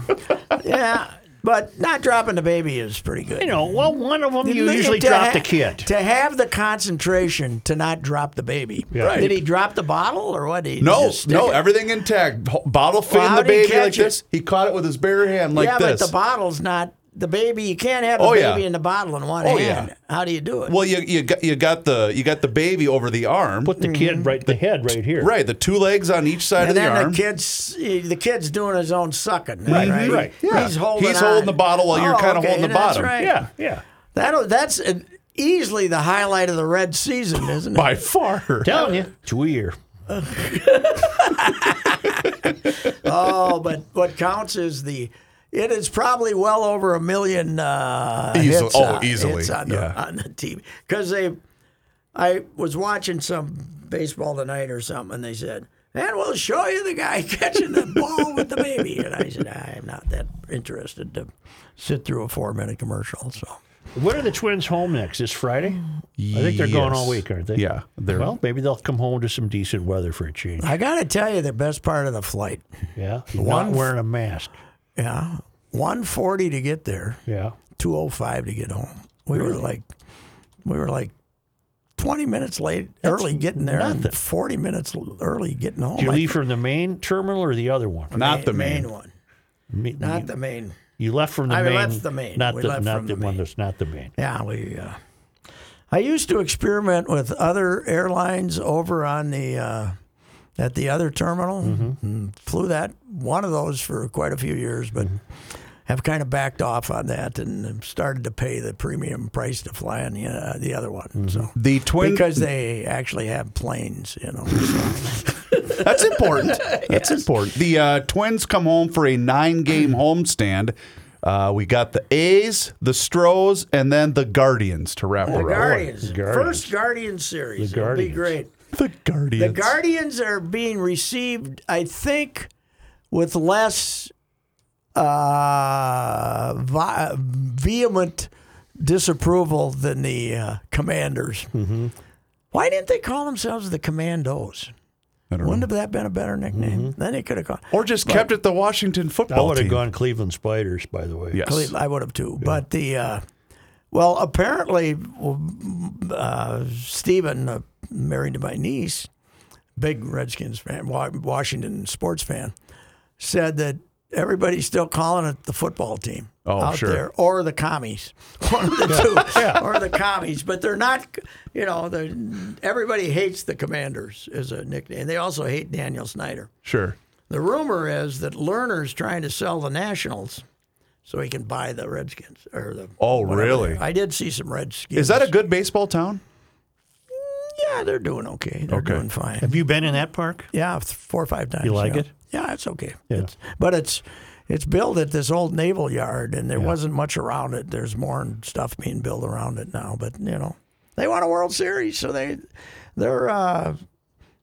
Speaker 2: yeah. But not dropping the baby is pretty good.
Speaker 1: You know, well, one of them you
Speaker 2: Look,
Speaker 1: usually
Speaker 2: to
Speaker 1: drop
Speaker 2: ha-
Speaker 1: the kid.
Speaker 2: To have the concentration to not drop the baby.
Speaker 1: Yeah. Right.
Speaker 2: Did he drop the bottle or what? Did he
Speaker 3: No,
Speaker 2: just stick
Speaker 3: no,
Speaker 2: it?
Speaker 3: everything intact. Bo- Bottle
Speaker 2: Well,
Speaker 3: fitting
Speaker 2: how
Speaker 3: the
Speaker 2: did he
Speaker 3: baby like
Speaker 2: catch it?
Speaker 3: this. He caught it with his bare hand like
Speaker 2: yeah,
Speaker 3: this.
Speaker 2: but the bottle's not the baby. You can't have the
Speaker 3: Oh,
Speaker 2: baby
Speaker 3: yeah.
Speaker 2: in the bottle in one
Speaker 3: Oh,
Speaker 2: hand.
Speaker 3: yeah.
Speaker 2: How do you do it?
Speaker 3: well, you you got you got the you got the baby over the arm.
Speaker 1: Put the
Speaker 2: Mm-hmm.
Speaker 1: kid right the head right here.
Speaker 3: Right, the two legs on each side of
Speaker 2: and
Speaker 3: the
Speaker 2: then
Speaker 3: arm. Mm-hmm.
Speaker 2: the kid's the kid's doing his own sucking.
Speaker 1: Right,
Speaker 2: right,
Speaker 1: right.
Speaker 3: Yeah.
Speaker 2: He's holding.
Speaker 3: He's holding
Speaker 2: on.
Speaker 3: the bottle while you're
Speaker 2: Oh,
Speaker 3: kinda
Speaker 2: okay,
Speaker 3: holding the
Speaker 2: that's
Speaker 3: bottom.
Speaker 2: Right.
Speaker 1: Yeah, yeah.
Speaker 2: That that's uh, easily the highlight of the red season, isn't it?
Speaker 3: by far.
Speaker 1: Telling you, it's weird.
Speaker 2: Oh, but what counts is the. It is probably well over a million uh,
Speaker 3: Easily-
Speaker 2: hits,
Speaker 3: oh,
Speaker 2: on-
Speaker 3: easily,
Speaker 2: hits
Speaker 1: uh,
Speaker 2: on,
Speaker 3: yeah.
Speaker 2: the, on the TV because they. I was watching some baseball tonight or something, and they said, "And we'll show you the guy catching the ball with the baby." And I said, "I'm not that interested to sit through a four-minute commercial." So
Speaker 1: When are the twins home next? This Friday? I think they're gone all
Speaker 3: Yes.
Speaker 1: week, aren't they?
Speaker 3: Yeah, they're-
Speaker 1: Well, maybe they'll come home to some decent weather for a change.
Speaker 2: I got to tell you, the best part of the flight,
Speaker 1: Yeah. He's
Speaker 2: One
Speaker 1: not
Speaker 2: f-
Speaker 1: wearing a mask.
Speaker 2: yeah, one forty to get there.
Speaker 1: Yeah.
Speaker 2: 205 to get home. We were like we were like 20 minutes late early getting there and 40 minutes l- early getting home.
Speaker 1: Do you
Speaker 2: I-
Speaker 1: leave from the main terminal or the other one?
Speaker 3: Not the main.
Speaker 2: one.
Speaker 1: Me-
Speaker 2: Not the main.
Speaker 1: you left from the
Speaker 2: I
Speaker 1: main.
Speaker 2: left the main.
Speaker 1: Not
Speaker 2: We
Speaker 1: the,
Speaker 2: left
Speaker 1: not
Speaker 2: from
Speaker 1: the,
Speaker 2: the
Speaker 1: one
Speaker 2: main.
Speaker 1: that's not the main.
Speaker 2: Yeah, we uh, I used to experiment with other airlines over on the uh, at the other terminal. And flew that one of those for quite a few years, but have kind of backed off on that and have started to pay the premium price to fly on the uh, the other one. So
Speaker 3: The twin.
Speaker 2: because they actually have planes, you know.
Speaker 3: that's important. That's important. The uh, twins come home for a nine-game homestand. Uh, we got the A's, the Stros, and then the Guardians to wrap
Speaker 2: the
Speaker 3: around.
Speaker 2: Guardians,
Speaker 1: Guardians.
Speaker 2: first Guardian series,
Speaker 1: The
Speaker 2: it'll be
Speaker 1: Guardians.
Speaker 2: great.
Speaker 3: The Guardians.
Speaker 2: The Guardians are being received, I think, with less uh, vi- vehement disapproval than the uh, Commanders. Why didn't they call themselves the Commandos?
Speaker 3: I don't know.
Speaker 2: Wouldn't have that been a better nickname? Then they could have called.
Speaker 3: Or just kept it the Washington
Speaker 1: I
Speaker 3: football
Speaker 1: would have
Speaker 3: team.
Speaker 1: gone Cleveland Spiders, by the way.
Speaker 3: Yes.
Speaker 2: Cleveland. I would have too. But the uh, well, apparently, uh, Stephen, uh, married to my niece, big Redskins fan, Wa- Washington sports fan, said that everybody's still calling it the football team
Speaker 3: Oh,
Speaker 2: out
Speaker 3: sure.
Speaker 2: there, or the commies, one of the two, or the commies. But they're not. You know, they're, everybody hates the Commanders as a nickname, and they also hate Daniel Snyder.
Speaker 3: Sure.
Speaker 2: The rumor is that Lerner's trying to sell the Nationals so he can buy the Redskins or the.
Speaker 3: Oh,
Speaker 2: whatever.
Speaker 3: really?
Speaker 2: I did see some Redskins.
Speaker 3: Is that a good baseball town?
Speaker 2: Yeah, they're doing okay. They're
Speaker 3: Okay.
Speaker 2: doing fine.
Speaker 1: Have you been in that park?
Speaker 2: Yeah, th- four or five times.
Speaker 1: You like
Speaker 2: yeah.
Speaker 1: it?
Speaker 2: Yeah, it's okay. It's, but it's it's built at this old naval yard, and there wasn't much around it. There's more stuff being built around it now, but you know, they won a World Series, so they they're uh,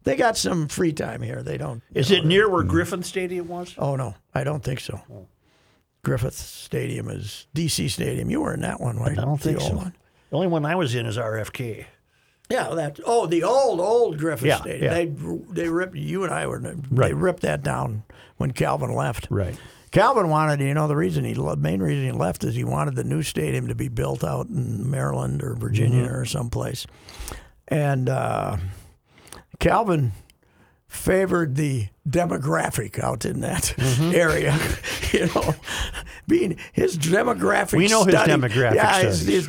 Speaker 2: they got some free time here. They don't.
Speaker 1: Is it near
Speaker 2: Mm.
Speaker 1: where Griffin Stadium was?
Speaker 2: Oh no, I don't think so. Griffith Stadium is DC Stadium. You were in that one, right?
Speaker 1: I don't think
Speaker 2: the
Speaker 1: so.
Speaker 2: Old one.
Speaker 1: The only one I was in is RFK.
Speaker 2: Yeah, well, that. Oh, the old old Griffith
Speaker 1: Yeah,
Speaker 2: Stadium.
Speaker 1: yeah.
Speaker 2: They they ripped. You and I were. They
Speaker 1: Right.
Speaker 2: ripped that down when Calvin left.
Speaker 1: Right.
Speaker 2: Calvin wanted, you know, the reason he le- main reason he left is he wanted the new stadium to be built out in Maryland or Virginia
Speaker 1: Mm-hmm.
Speaker 2: or someplace, and uh, Calvin favored the demographic out in that
Speaker 1: Mm-hmm.
Speaker 2: area. you know, being his demographic.
Speaker 1: We know his
Speaker 2: study-
Speaker 1: demographic
Speaker 2: yeah, his-
Speaker 1: studies.
Speaker 2: his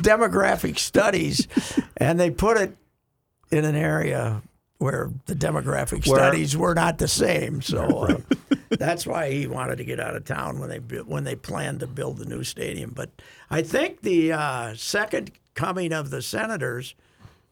Speaker 2: demographic studies, and they put it in an area where the demographic
Speaker 1: Where-
Speaker 2: studies were not the same. So uh, that's why he wanted to get out of town when they bu- when they planned to build the new stadium. But I think the uh, second coming of the Senators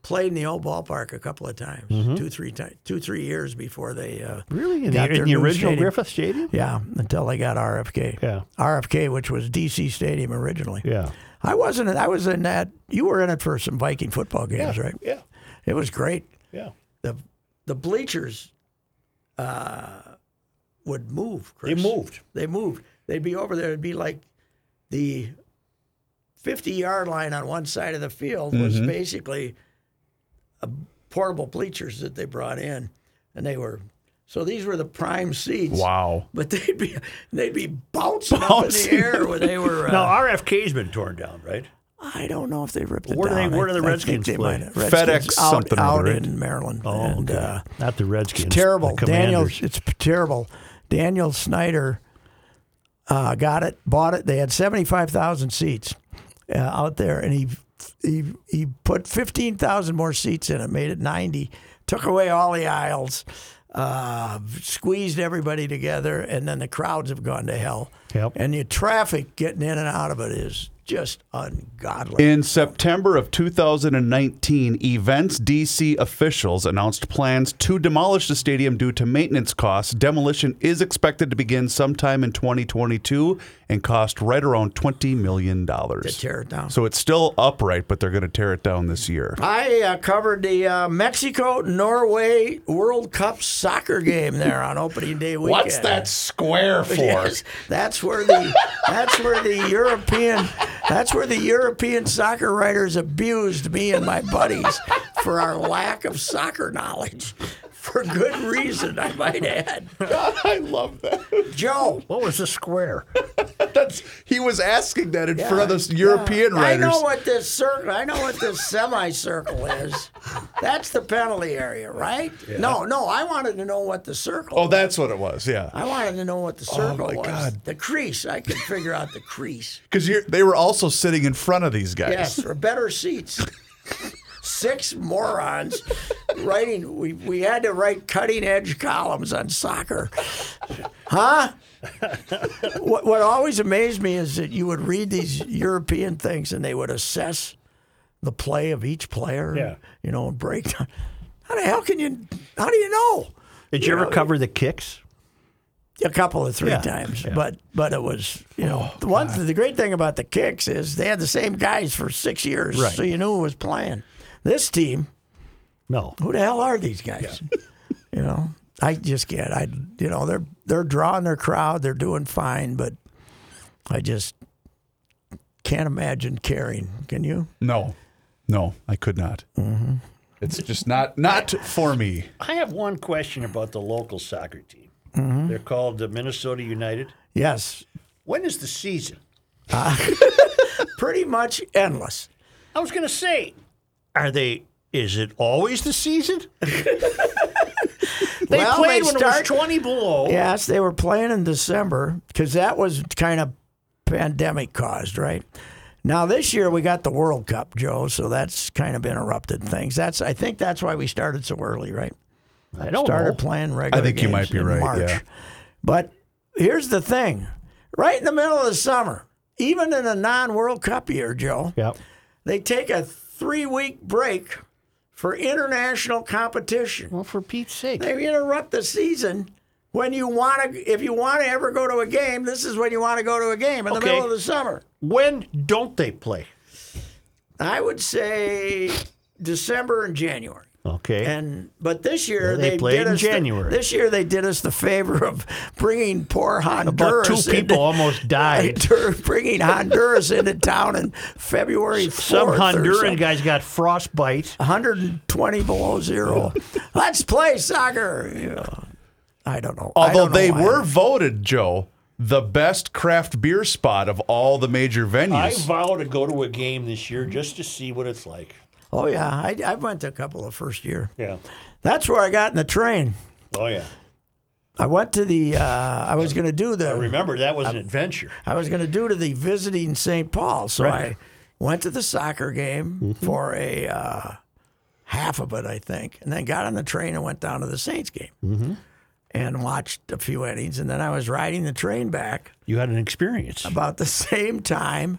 Speaker 2: played in the old ballpark a couple of times,
Speaker 1: Mm-hmm.
Speaker 2: two three times, two three years before they uh,
Speaker 1: Really? In
Speaker 2: got
Speaker 1: the,
Speaker 2: their
Speaker 1: in the
Speaker 2: new
Speaker 1: original
Speaker 2: stadium.
Speaker 1: Griffith Stadium?
Speaker 2: Yeah, until they got RFK.
Speaker 1: Yeah.
Speaker 2: RFK, which was DC Stadium originally.
Speaker 1: Yeah.
Speaker 2: I wasn't. I was in that. You were in it for some Viking football games, right?
Speaker 1: Yeah.
Speaker 2: It was great.
Speaker 1: Yeah.
Speaker 2: the The bleachers uh, would move. Chris.
Speaker 1: They moved.
Speaker 2: They moved. They'd be over there. It'd be like the fifty yard line on one side of the field was
Speaker 1: Mm-hmm.
Speaker 2: basically a portable bleachers that they brought in, and they were So these were the prime seats.
Speaker 3: Wow.
Speaker 2: But they'd be they'd be bouncing, up in the
Speaker 3: Bouncing.
Speaker 2: air where they were. Uh,
Speaker 1: Now RFK's been torn down, right?
Speaker 2: I don't know if they ripped it
Speaker 1: Where do they-
Speaker 2: down.
Speaker 1: where do the
Speaker 2: I- I
Speaker 1: Redskins
Speaker 2: think they
Speaker 1: play?
Speaker 2: might have. Redskins
Speaker 3: FedEx
Speaker 2: out,
Speaker 3: something or
Speaker 2: out
Speaker 3: other, right?
Speaker 2: in Maryland.
Speaker 1: Oh,
Speaker 2: and,
Speaker 1: okay.
Speaker 2: uh,
Speaker 1: Not the Redskins.
Speaker 2: it's terrible.
Speaker 1: the
Speaker 2: Daniel,
Speaker 1: Commanders.
Speaker 2: it's p- terrible. Daniel Snyder uh, got it, bought it. They had seventy five thousand seats uh, out there, and he he he put fifteen thousand more seats in it, made it ninety, took away all the aisles, uh, squeezed everybody together, and then the crowds have gone to hell.
Speaker 1: Yep.
Speaker 2: And the traffic getting in and out of it is just ungodly.
Speaker 3: In September of 2019, Events DC officials announced plans to demolish the stadium due to maintenance costs. Demolition is expected to begin sometime in 2022 and cost right around $20 million.
Speaker 2: to tear it down.
Speaker 3: So it's still upright, but they're going to tear it down this year.
Speaker 2: I uh, covered the uh, Mexico Norway World Cup soccer game there on opening day weekend.
Speaker 3: square for?
Speaker 2: Yes, that's where the that's where the European that's where the European soccer writers abused me and my buddies for our lack of soccer knowledge. For good reason, I might add.
Speaker 3: I love that.
Speaker 2: Joe,
Speaker 1: What was the square?
Speaker 3: That's he was asking that in front of the
Speaker 2: Yeah,
Speaker 3: European
Speaker 2: yeah.
Speaker 3: writers.
Speaker 2: I know what this circle. I know what this semicircle is. That's the penalty area, right? No, no. I wanted to know what the circle.
Speaker 3: Oh, that's what it was. Yeah,
Speaker 2: I wanted to know what the circle
Speaker 3: my
Speaker 2: was.
Speaker 3: God.
Speaker 2: The crease. I could figure out the crease.
Speaker 3: because they were also sitting in front of these guys.
Speaker 2: Yes, or better seats. Six morons writing. We, we had to write cutting edge columns on soccer. Huh? what, what always amazed me is that you would read these European things and they would assess the play of each player,
Speaker 1: Yeah.
Speaker 2: you know, and break down. How the hell can you, how do you know?
Speaker 1: Did you ever cover the kicks?
Speaker 2: a couple of three
Speaker 1: Yeah,
Speaker 2: times,
Speaker 1: yeah. Oh,
Speaker 2: but but it was you know the one the great thing about the kicks is they had the same guys for six years,
Speaker 1: Right.
Speaker 2: so you knew who was playing. This team,
Speaker 1: No.
Speaker 2: who the hell are these guys? you know, I just can't. I you know they're they're drawing their crowd, they're doing fine, but I just can't imagine caring. Can you?
Speaker 3: No, no, I could not. Mm-hmm. It's just not not for me.
Speaker 1: I have one question about the local soccer team. They're called the Minnesota United.
Speaker 2: Yes,
Speaker 1: When is the season?
Speaker 2: pretty much endless.
Speaker 1: I was going to say, are they? Is it always the season? they
Speaker 2: Well,
Speaker 1: played
Speaker 2: they
Speaker 1: when
Speaker 2: start-
Speaker 1: it was twenty below.
Speaker 2: Yes, they were playing in December because that was kind of pandemic caused, right? Now this year we got the World Cup, Joe, so that's kind of interrupted things. That's I think that's why we started so early, right?
Speaker 1: I don't
Speaker 2: started
Speaker 1: know.
Speaker 2: playing regular.
Speaker 3: Oh. I think you
Speaker 2: games
Speaker 3: might be
Speaker 2: in
Speaker 3: right,
Speaker 2: March.
Speaker 3: yeah.
Speaker 2: But here's the thing: right in the middle of the summer, even in a non-World Cup year, Joe,
Speaker 1: Yeah.
Speaker 2: they take a three-week break for international competition.
Speaker 1: Well, for Pete's sake,
Speaker 2: They interrupt the season when you want to. If you want to ever go to a game, this is when you want to go to a game in the
Speaker 1: Okay.
Speaker 2: middle of the summer.
Speaker 1: when don't they play?
Speaker 2: I would say December and January.
Speaker 1: Okay.
Speaker 2: And but this year
Speaker 1: they
Speaker 2: they,
Speaker 1: played
Speaker 2: did
Speaker 1: in
Speaker 2: us the-
Speaker 1: January.
Speaker 2: this year they did us the favor of bringing poor
Speaker 1: about
Speaker 2: Honduras.
Speaker 1: two people almost
Speaker 2: into,
Speaker 1: died.
Speaker 2: bringing Honduras into town in February. 4th
Speaker 1: Some
Speaker 2: or
Speaker 1: Honduran
Speaker 2: something.
Speaker 1: guys got frostbite.
Speaker 2: 120 below zero. Let's play soccer. You know, I don't know. I
Speaker 3: Although
Speaker 2: don't know
Speaker 3: they
Speaker 2: why.
Speaker 3: were voted, Joe, the best craft beer spot of all the major
Speaker 1: I
Speaker 3: venues.
Speaker 1: vow to go to a game this year just to see what it's like.
Speaker 2: Oh yeah, I, I went to a couple of first year.
Speaker 1: Yeah.
Speaker 2: That's where I got in the train.
Speaker 1: Oh yeah.
Speaker 2: I went to the. Uh, I was going to do the.
Speaker 1: Remember that was an adventure.
Speaker 2: I was going to do to the visiting St. Paul, so I went to the soccer game for a uh, half of it, I think, and then got on the train and went down to the Saints game and watched a few innings, and then I was riding the train back
Speaker 1: You had an experience.
Speaker 2: about the same time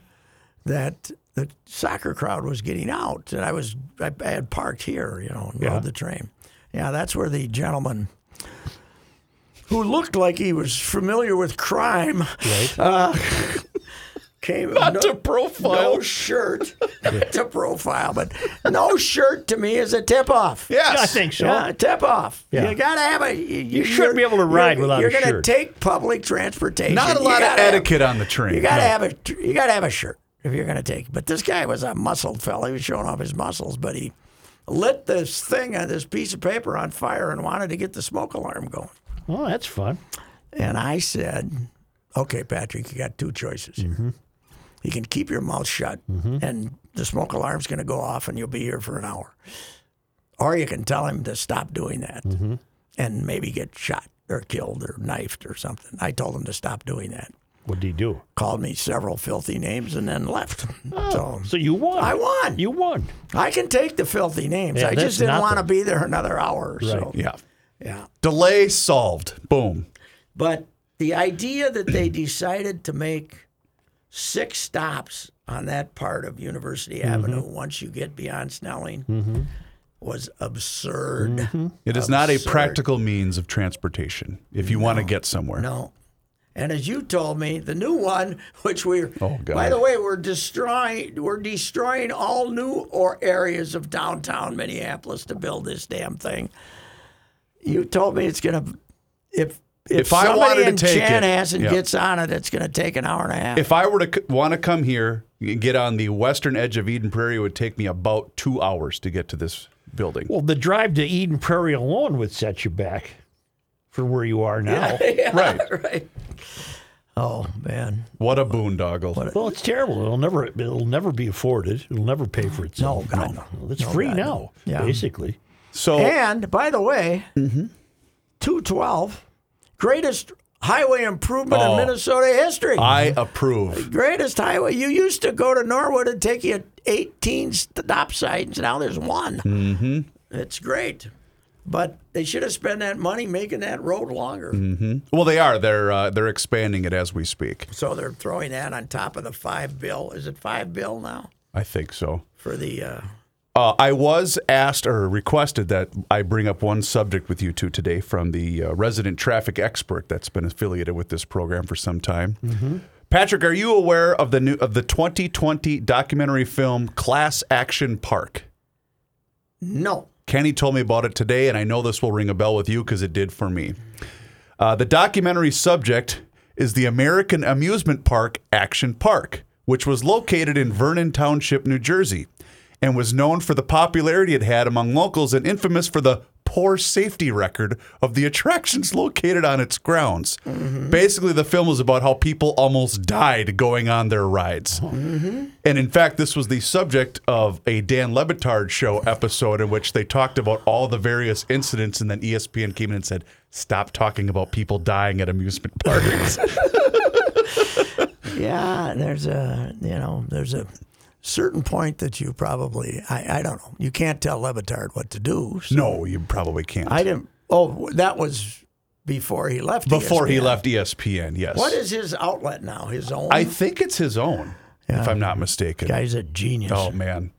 Speaker 2: that the soccer crowd was getting out, and I was I, I had parked here, you know, and rode the train. Yeah, that's where the gentleman who looked like he was familiar with crime uh, came. Not
Speaker 3: to profile.
Speaker 2: No shirt to profile, but no shirt to me is a tip off.
Speaker 3: Yes.
Speaker 1: I think so.
Speaker 2: Yeah, tip off.
Speaker 1: Yeah.
Speaker 2: You gotta have a. You, you
Speaker 1: shouldn't be able to ride without a
Speaker 2: you're You're gonna
Speaker 1: shirt.
Speaker 2: take public transportation.
Speaker 3: Not a
Speaker 2: You
Speaker 3: lot of
Speaker 2: gotta have-
Speaker 3: etiquette on the train.
Speaker 2: you gotta
Speaker 3: No.
Speaker 2: have a tr- you gotta have a shirt if you're gonna take. But this guy was a muscled fella. He was showing off his muscles, but he lit this thing on this piece of paper on fire and wanted to get the smoke alarm going.
Speaker 1: Well, that's fun.
Speaker 2: And I said, okay, Patrick, you got two choices here. You can keep your mouth shut and the smoke alarm's going to go off and you'll be here for an hour. Or you can tell him to stop doing that and maybe get shot or killed or knifed or something. I told him to stop doing that.
Speaker 1: What did he do?
Speaker 2: Called me several filthy names and then left. So
Speaker 1: Oh. So you won.
Speaker 2: I won.
Speaker 1: You won.
Speaker 2: I can take the filthy names.
Speaker 1: Yeah,
Speaker 2: I
Speaker 1: that's
Speaker 2: just didn't
Speaker 1: nothing.
Speaker 2: want to be there another hour or so.
Speaker 3: Yeah.
Speaker 2: Yeah.
Speaker 3: Delay solved. Boom.
Speaker 2: But the idea that they decided to make six stops on that part of University
Speaker 1: Mm-hmm.
Speaker 2: Avenue once you get beyond Snelling was absurd.
Speaker 1: Mm-hmm.
Speaker 3: It is not a
Speaker 2: Absurd.
Speaker 3: practical means of transportation if you want to get somewhere.
Speaker 2: No. And as you told me, the new one, which we're
Speaker 3: Oh, God.
Speaker 2: by the way, we're destroying we're destroying all new or areas of downtown Minneapolis to build this damn thing. You told me it's gonna if if,
Speaker 3: If I
Speaker 2: somebody
Speaker 3: wanted to
Speaker 2: in
Speaker 3: take it,
Speaker 2: Chanhassen
Speaker 3: yeah.
Speaker 2: gets on it, it's gonna take an hour and a half.
Speaker 3: If I were to c- want to come here and get on the western edge of Eden Prairie, it would take me about two hours to get to this building.
Speaker 1: Well, the drive to Eden Prairie alone would set you back from where you are now.
Speaker 3: right.
Speaker 2: right. Oh man,
Speaker 3: What a boondoggle.
Speaker 1: Well, it's terrible. It'll never it'll never be afforded. It'll never pay for itself.
Speaker 2: No, God,
Speaker 1: Well, It's free
Speaker 2: God,
Speaker 1: now,
Speaker 2: no. Yeah.
Speaker 1: basically.
Speaker 3: so
Speaker 2: And by the way,
Speaker 3: Mm-hmm.
Speaker 2: 212, greatest highway improvement
Speaker 3: Oh.
Speaker 2: in Minnesota history.
Speaker 3: I approve.
Speaker 2: greatest highway. You used to go to Norwood and take you 18 stop signs. Now there's one. Mm-hmm. It's great. But they should have spent that money making that road longer.
Speaker 3: Well, they are. They're uh, they're expanding it as we speak.
Speaker 2: So they're throwing that on top of the five bill. Is it five bill now
Speaker 3: I think so.
Speaker 2: for the? Uh,
Speaker 3: Uh, I was asked or requested that I bring up one subject with you two today from the uh, resident traffic expert that's been affiliated with this program for some time. Patrick, are you aware of the new of the 2020 documentary film Class Action Park?
Speaker 2: no.
Speaker 3: Kenny told me about it today, and I know this will ring a bell with you because it did for me. Uh, the documentary subject is the American amusement park Action Park, which was located in Vernon Township, New Jersey, and was known for the popularity it had among locals and infamous for the poor safety record of the attractions located on its grounds. Basically, the film was about how people almost died going on their rides. And in fact, this was the subject of a Dan Lebitard show episode in which they talked about all the various incidents, and then E ESPN came in and said, "Stop talking about people dying at amusement parks."
Speaker 2: Yeah, there's a you know there's a certain point that you probably I, I don't know you can't tell Levitard what to do. So
Speaker 3: no, you probably can't.
Speaker 2: I didn't. Oh, that was before he left.
Speaker 3: Before he
Speaker 2: ESPN.
Speaker 3: left E ESPN, yes.
Speaker 2: what is his outlet now? His own.
Speaker 3: I think it's his own, if I'm not mistaken.
Speaker 2: guy's a genius.
Speaker 3: Oh man,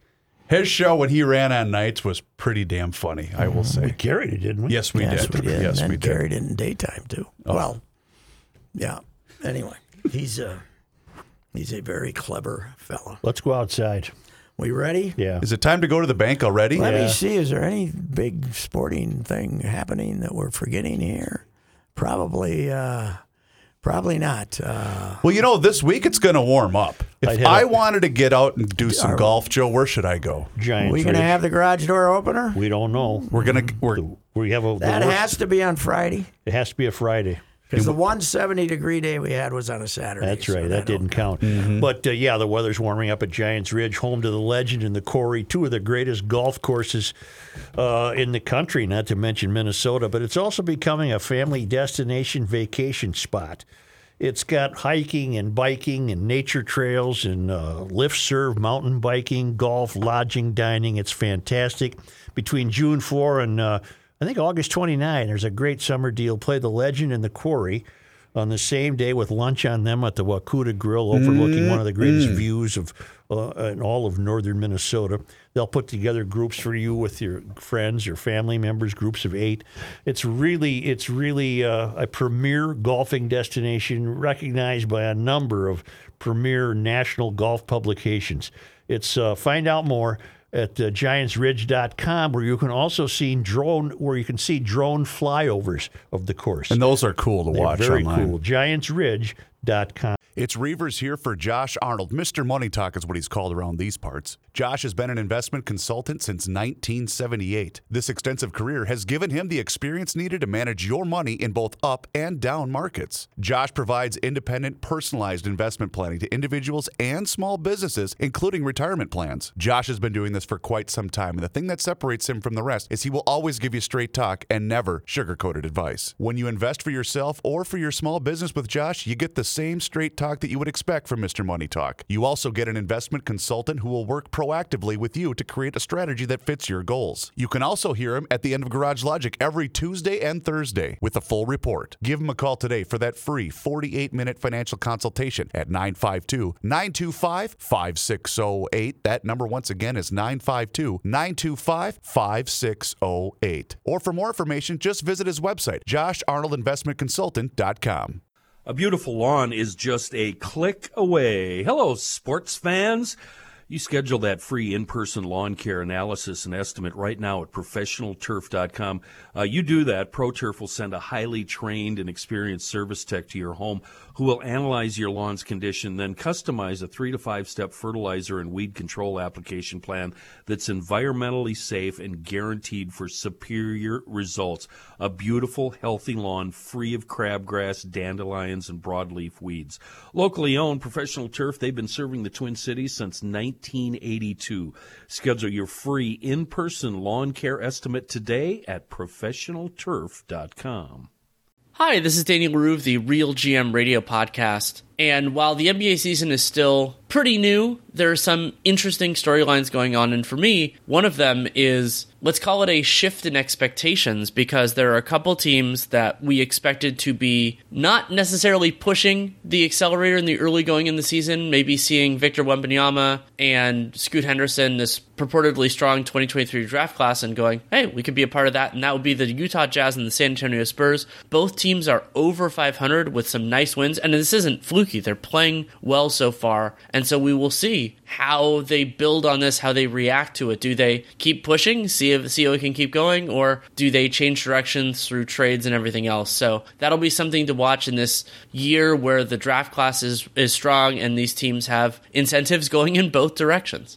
Speaker 3: his show when he ran on nights was pretty damn funny. I will say.
Speaker 1: Carried it, didn't we?
Speaker 3: Yes, we
Speaker 2: Mm-hmm. yes,
Speaker 3: did.
Speaker 2: we did.
Speaker 3: Yes,
Speaker 2: and
Speaker 3: we
Speaker 2: then
Speaker 3: did. Oh.
Speaker 2: carried it in daytime too. Well, yeah. Anyway, he's a he's a very clever fellow.
Speaker 1: Let's go outside.
Speaker 2: We ready?
Speaker 1: Yeah.
Speaker 3: Is it time to go to the bank already?
Speaker 2: Let
Speaker 1: Yeah.
Speaker 2: me see. Is there any big sporting thing happening that we're forgetting here? Probably, uh, probably not. Uh,
Speaker 3: Well, you know, this week it's going to warm up.
Speaker 1: I'd
Speaker 3: If
Speaker 1: hit
Speaker 3: I
Speaker 1: up-
Speaker 3: wanted to get out and do some golf, Joe, where should I go?
Speaker 1: Giants.
Speaker 2: we gonna
Speaker 1: Ridge.
Speaker 2: have the garage door opener?
Speaker 1: We don't know.
Speaker 3: We're gonna we're
Speaker 1: We have a. the
Speaker 2: That
Speaker 1: worst-
Speaker 2: has to be on Friday
Speaker 1: it has to be a Friday.
Speaker 2: because the one seventy degree day we had was on a Saturday.
Speaker 1: That's
Speaker 2: so
Speaker 1: right. That didn't
Speaker 2: don't-
Speaker 1: count. But uh, yeah, the weather's warming up at Giants Ridge, home to the legend and the Corey, two of the greatest golf courses uh, in the country, not to mention Minnesota. But it's also becoming a family destination vacation spot. It's got hiking and biking and nature trails and uh, lift serve, mountain biking, golf, lodging, dining. It's fantastic. Between June 4 and uh, I think August 29, there's a great summer deal. Play the legend and the quarry on the same day with lunch on them at the Wakuta Grill, overlooking one of the greatest views of uh, in all of northern Minnesota. They'll put together groups for you with your friends, your family members, groups of eight. It's really, it's really uh, a premier golfing destination recognized by a number of premier national golf publications. It's uh, find out more at uh, giantsridge.com where you can also see drone where you can see drone flyovers of the course
Speaker 3: And those are cool to watch
Speaker 1: very
Speaker 3: online.
Speaker 1: cool. Giants Ridge com.
Speaker 3: It's Reavers here for Josh Arnold. Mr. Money Talk is what he's called around these parts. Josh has been an investment consultant since 1978. This extensive career has given him the experience needed to manage your money in both up and down markets. Josh provides independent, personalized investment planning to individuals and small businesses, including retirement plans. Josh has been doing this for quite some time, and the thing that separates him from the rest is he will always give you straight talk and never sugarcoated advice. When you invest for yourself or for your small business with Josh, you get the same straight talk that you would expect from Mr. Money Talk. You also get an investment consultant who will work proactively with you to create a strategy that fits your goals. You can also hear him at the end of Garage Logic every Tuesday and Thursday with a full report. Give him a call today for that free 48 minute financial consultation at 952 925 5608. That number, once again, is 952 925 5608. Or for more information, just visit his website, josharnoldinvestmentconsultant.com.
Speaker 4: A beautiful lawn is just a click away. Hello, sports fans. You schedule that free in person lawn care analysis and estimate right now at professionalturf.com. Uh, you do that, ProTurf will send a highly trained and experienced service tech to your home who will analyze your lawn's condition, then customize a three to five step fertilizer and weed control application plan that's environmentally safe and guaranteed for superior results. A beautiful, healthy lawn free of crabgrass, dandelions, and broadleaf weeds. Locally owned Professional Turf, they've been serving the Twin Cities since 1982. Schedule your free in person lawn care estimate today at professionalturf.com.
Speaker 5: Hi, this is Danny LaRue of the Real GM Radio Podcast. And while the NBA season is still pretty new, there are some interesting storylines going on. And for me, one of them is let's call it a shift in expectations because there are a couple teams that we expected to be not necessarily pushing the accelerator in the early going in the season, maybe seeing Victor Wembanyama and Scoot Henderson, this purportedly strong 2023 draft class, and going, hey, we could be a part of that. And that would be the Utah Jazz and the San Antonio Spurs. Both teams are over 500 with some nice wins. And this isn't fluke. They're playing well so far, and so we will see how they build on this, how they react to it. Do they keep pushing, see if see if it can keep going, or do they change directions through trades and everything else? So that'll be something to watch in this year where the draft class is, is strong and these teams have incentives going in both directions.